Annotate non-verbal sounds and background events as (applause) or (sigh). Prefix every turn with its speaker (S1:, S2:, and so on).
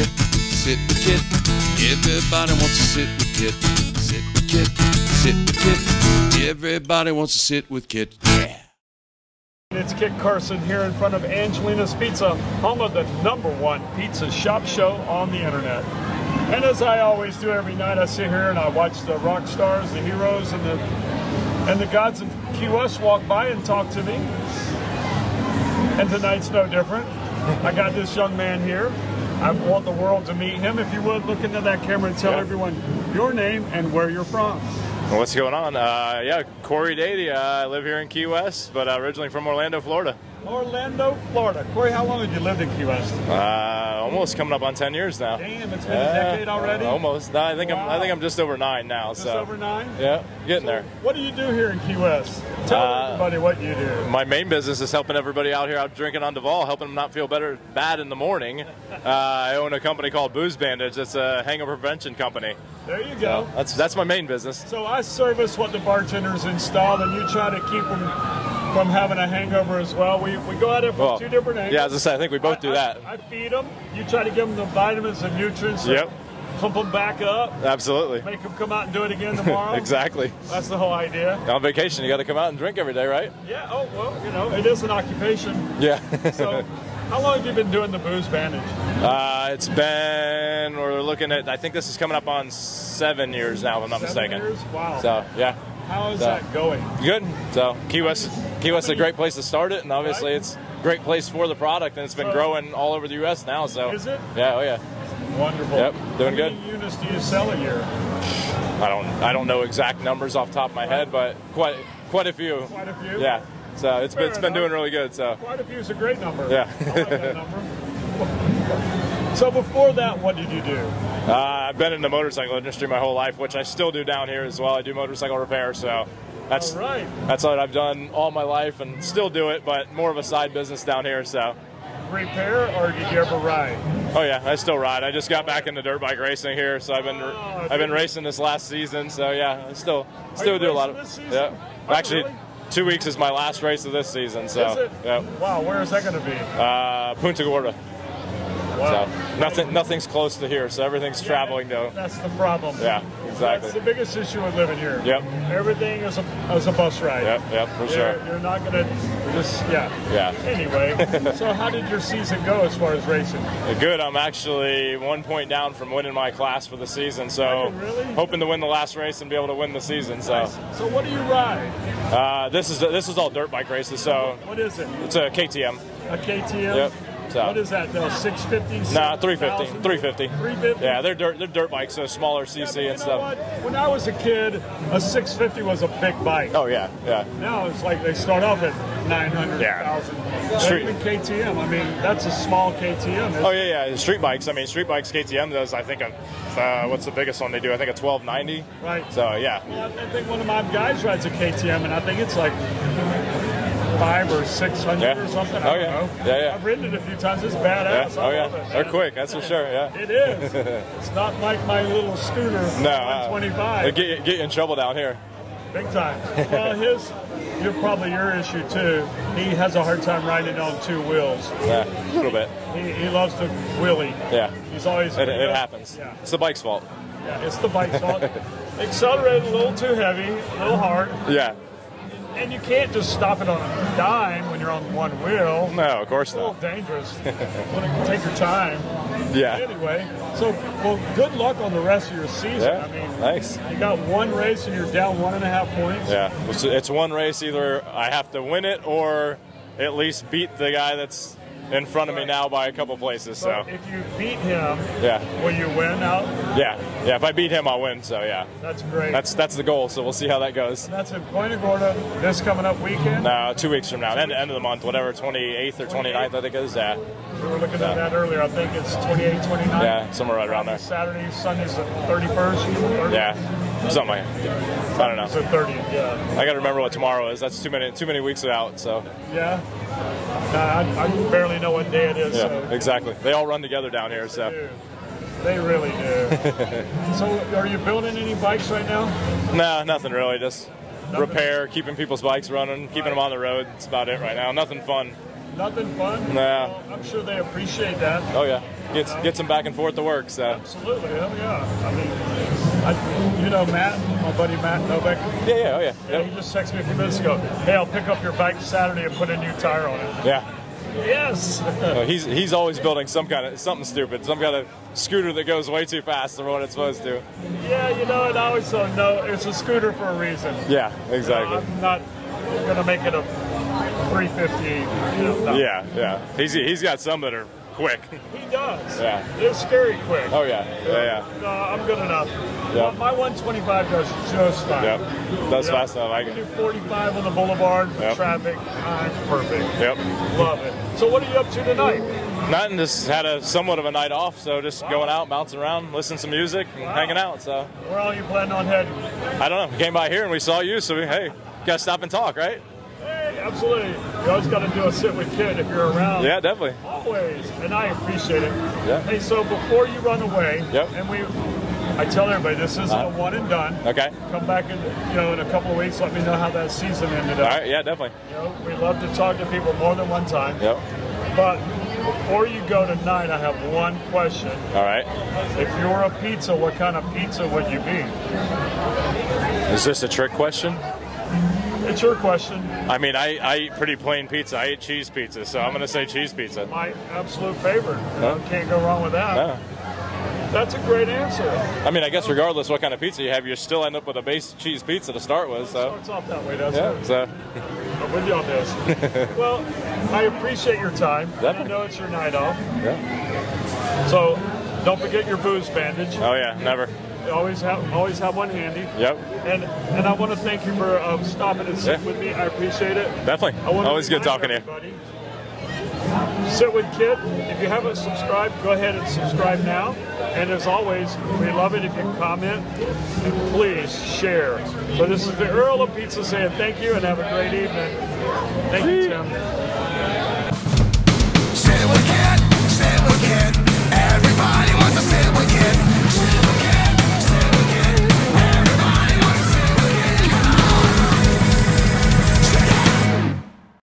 S1: sit with Kit. Everybody wants to sit with Kit. Sit with Kit. Sit with Kit. Everybody wants to sit with Kit. Yeah.
S2: It's Kit Carson here in front of Angelina's Pizza, home of the number one pizza shop show on the internet. And as I always do every night, I sit here and I watch the rock stars, the heroes, and the and the gods of QS walk by and talk to me. And tonight's no different. I got this young man here. I want the world to meet him. If you would, look into that camera and tell
S3: Yeah.
S2: everyone your name and where you're from.
S3: What's going on? Uh, yeah, Corey Dady. Uh, I live here in Key West, but uh, originally from Orlando, Florida.
S2: Orlando, Florida. Corey, how long have you lived in Key West?
S3: Uh, almost coming up on ten years now.
S2: Damn, it's been a decade already?
S3: almost. No, I think I'm.
S2: Wow.
S3: I think I'm just over nine now.
S2: Just
S3: so.
S2: over nine?
S3: Yeah, getting there.
S2: What do you do here in Key West? Tell
S3: Uh,
S2: everybody what you do.
S3: My main business is helping everybody out here out drinking on Duval, helping them not feel better bad in the morning. Uh, I own a company called Booze Bandage. It's a hangover prevention company.
S2: There you go.
S3: That's that's my main business.
S2: So I service what the bartenders install, and you try to keep them from having a hangover as well. We, we go at it from
S3: Well,
S2: two different angles.
S3: yeah, as I said, I think we both do
S2: I-
S3: that.
S2: I, feed them. You try to give them the vitamins and nutrients. that
S3: Yep.
S2: Pump them back up.
S3: Absolutely.
S2: Make them come out and do it again tomorrow.
S3: (laughs) exactly.
S2: That's the whole idea.
S3: On vacation, you got to come out and drink every day, right?
S2: Yeah. Oh well, you know, it is an occupation.
S3: Yeah. (laughs)
S2: So, how long have you been doing the booze bandage?
S3: Uh, it's been we're looking at I think this is coming up on seven years now if I'm not
S2: Seven
S3: mistaken.
S2: years? Wow.
S3: So yeah,
S2: how is
S3: so-
S2: that going?
S3: good. So Key West Key West is a great place to start it, and obviously it's a great place for the product, and it's been
S2: So-
S3: growing all over the U.S. now. So
S2: Is it?
S3: Yeah, oh yeah.
S2: Wonderful.
S3: Yep, doing
S2: How many units do you sell a year?
S3: I don't I don't know exact numbers off the top of my head, but quite quite a few.
S2: Quite a few.
S3: Yeah. So it's been,
S2: Fair
S3: it's been
S2: enough.
S3: doing really good. So
S2: Quite a few is a great number.
S3: Yeah.
S2: (laughs) I like that number. So before that, what did you do?
S3: uh, I've been in the motorcycle industry my whole life, which I still do down here as well. I do motorcycle repair, so that's
S2: All right.
S3: That's what I've done all my life and still do it, but more of a side business down here. So,
S2: Repair or did you ever ride?
S3: oh yeah, I still ride. I just got back into dirt bike racing here, so I've been
S2: Oh,
S3: I've been
S2: dude.
S3: racing this last season. So yeah, I still still
S2: you
S3: do a lot of
S2: racing this season?
S3: yeah.
S2: Oh,
S3: Actually,
S2: really?
S3: two weeks is my last race of this season. So
S2: Is it?
S3: yeah,
S2: Wow, where is that going to be?
S3: uh, Punta Gorda.
S2: Wow.
S3: So nothing nothing's close to here, so everything's traveling though.
S2: That's the problem.
S3: Yeah,
S2: That's the
S3: exactly.
S2: biggest issue with living here.
S3: Yep.
S2: Everything is a, is a bus ride.
S3: Yep, yep, for
S2: You're,
S3: sure.
S2: you're not going to just, yeah.
S3: Yeah. (laughs)
S2: Anyway, so how did your season go as far as racing?
S3: Good. I'm actually one point down from winning my class for the season,
S2: Are
S3: so
S2: you really?
S3: hoping to win the last race and be able to win the season. So.
S2: So what do you ride?
S3: Uh, this is this is all dirt bike races, so
S2: What is it?
S3: it's a KTM.
S2: A KTM?
S3: Yep. So-
S2: What is that though? 650?
S3: Nah, 350, 350.
S2: 350?
S3: Yeah, they're dirt they're dirt bikes, so smaller
S2: Yeah, but
S3: CC
S2: you
S3: and
S2: know
S3: stuff.
S2: what? When I was a kid, a 650 was a big bike.
S3: Oh yeah, yeah.
S2: Now it's like they start off at 900,000.
S3: Sure.
S2: Even KTM, I mean, that's a small KTM.
S3: Oh yeah, yeah. Street bikes. I mean, street bikes. KTM does. I think a uh, what's the biggest one they do? I think a 1290.
S2: Right.
S3: So yeah,
S2: Well, I think one of my guys rides a KTM, and I think it's like five or 600
S3: Yeah.
S2: or something. I
S3: Oh,
S2: don't
S3: yeah.
S2: know.
S3: Yeah, yeah.
S2: I've ridden it a few times. It's
S3: yeah.
S2: badass. I
S3: Oh yeah.
S2: love it.
S3: They're quick. That's for sure. Yeah.
S2: It
S3: (laughs)
S2: is. it's not like my little scooter.
S3: No. uh,
S2: 125.
S3: They get you- get you in trouble down here.
S2: Big time. Well, his, you're probably your issue too. He has a hard time riding on two wheels.
S3: Yeah, a little bit.
S2: He, he loves to wheelie.
S3: Yeah.
S2: He's always.
S3: It, it happens.
S2: Yeah,
S3: It's the bike's fault.
S2: yeah. It's the bike's fault.
S3: (laughs)
S2: Accelerated a little too heavy, a little hard,
S3: Yeah.
S2: and you can't just stop it on a dime when you're on one
S3: (laughs)
S2: wheel.
S3: No, of course
S2: It's a little
S3: not.
S2: dangerous. Want to take your time.
S3: Yeah.
S2: Anyway, so well, good luck on the rest of your season.
S3: Yeah.
S2: I mean,
S3: Thanks.
S2: you got one race and you're down one and a half points.
S3: Yeah, it's, it's one race. Either I have to win it or at least beat the guy that's in front of me now by a couple places. So
S2: But if you beat him,
S3: yeah,
S2: will you win out?
S3: yeah, yeah. If I beat him, I'll win. So yeah,
S2: That's great.
S3: that's that's the goal. So we'll see how that goes.
S2: That's in Point Gorda this coming up weekend.
S3: No, two weeks from now, end, end of the month, whatever, 28th or 29th, I think it is. Yeah,
S2: We were looking at that earlier. I think it's 28, 29.
S3: yeah, somewhere right around there.
S2: Saturday, Sunday's the 31st. 30th.
S3: Yeah, something like that. I don't
S2: It's the
S3: know.
S2: 30th, yeah.
S3: I got to remember what tomorrow is. That's too many too many weeks out. So
S2: Yeah. Nah, I, I barely know what day it is.
S3: yeah,
S2: So
S3: exactly. They all run together down here. So
S2: Dude, They really do.
S3: (laughs)
S2: so, are you building any bikes right now?
S3: no, nothing really. Just repair, keeping people's bikes running, keeping them on the road. That's about it right now. Nothing fun.
S2: Nothing fun?
S3: Nah.
S2: Well, I'm sure they appreciate that.
S3: Oh yeah, gets
S2: know?
S3: gets them back and forth to work. So
S2: Absolutely, hell yeah. I mean, I, you know Matt, my buddy Matt Novak.
S3: yeah, yeah, oh yeah,
S2: Yeah, he
S3: Yep.
S2: just texted me a few minutes ago. Hey, I'll pick up your bike Saturday and put a new tire on it.
S3: yeah.
S2: Yes. (laughs)
S3: Uh, he's he's always building some kind of something stupid, some kind of scooter that goes way too fast than what it's supposed to.
S2: yeah, you know, and I always thought, no, it's a scooter for a reason.
S3: Yeah, exactly.
S2: I'm not gonna make it a 350. You know, no.
S3: Yeah, yeah. He's he's got some that are quick.
S2: He does.
S3: Yeah.
S2: They're scary quick.
S3: Oh yeah, yeah,
S2: No, I'm good enough.
S3: Yeah.
S2: My 125 does just fine.
S3: yeah. Yep. That's
S2: You know,
S3: fast enough. I
S2: we
S3: can.
S2: do 45 on the boulevard,
S3: Yep.
S2: traffic, I'm perfect.
S3: Yep.
S2: Love it. So what are you up to tonight?
S3: Nothing. Just had a somewhat of a night off, so just going out, bouncing around, listening to some music, and
S2: Wow.
S3: hanging out. So
S2: Where are you planning on heading?
S3: I don't know. We came by here and we saw you, so we, hey, gotta stop and talk, right?
S2: Hey, absolutely. You always got to do a sit with kid if you're around.
S3: Yeah, definitely.
S2: Always, and I appreciate it.
S3: Yeah.
S2: Hey, so before you run away,
S3: Yep.
S2: and we, I tell everybody this isn't a
S3: Uh-huh.
S2: one and done.
S3: Okay.
S2: Come back in, you know, in a couple of weeks. Let me know how that season ended
S3: All
S2: up.
S3: right. Yeah, definitely.
S2: You know, we love to talk to people more than one time.
S3: Yep.
S2: But before you go tonight, I have one question.
S3: All right.
S2: If you were a pizza, what kind of pizza would you be?
S3: Is this a trick question?
S2: It's your question.
S3: I mean, I, I eat pretty plain pizza. I eat cheese pizza, so I'm gonna say cheese pizza.
S2: My absolute favorite. You know,
S3: Huh?
S2: Can't go wrong with that.
S3: Yeah.
S2: That's a great answer.
S3: I mean, I guess regardless what kind of pizza you have, you still end up with a base cheese pizza to start with. So
S2: Starts off that way, doesn't
S3: yeah,
S2: it?
S3: so
S2: I'm with you on this.
S3: (laughs)
S2: well, I appreciate your time. I
S3: Definitely.
S2: know it's your night off,
S3: yeah.
S2: so don't forget your booze bandage.
S3: Oh yeah, never.
S2: Always have always have one handy.
S3: Yep,
S2: And and I want to thank you for um, stopping and sitting
S3: Yeah.
S2: with me. I appreciate it.
S3: definitely.
S2: I wanna
S3: Always good
S2: remind
S3: talking to you.
S2: everybody, Sit with Kit. If you haven't subscribed, go ahead and subscribe now. And as always, we love it if you comment and please share. So this is the Earl of Pizza saying thank you and have a great evening. Thank you, Tim.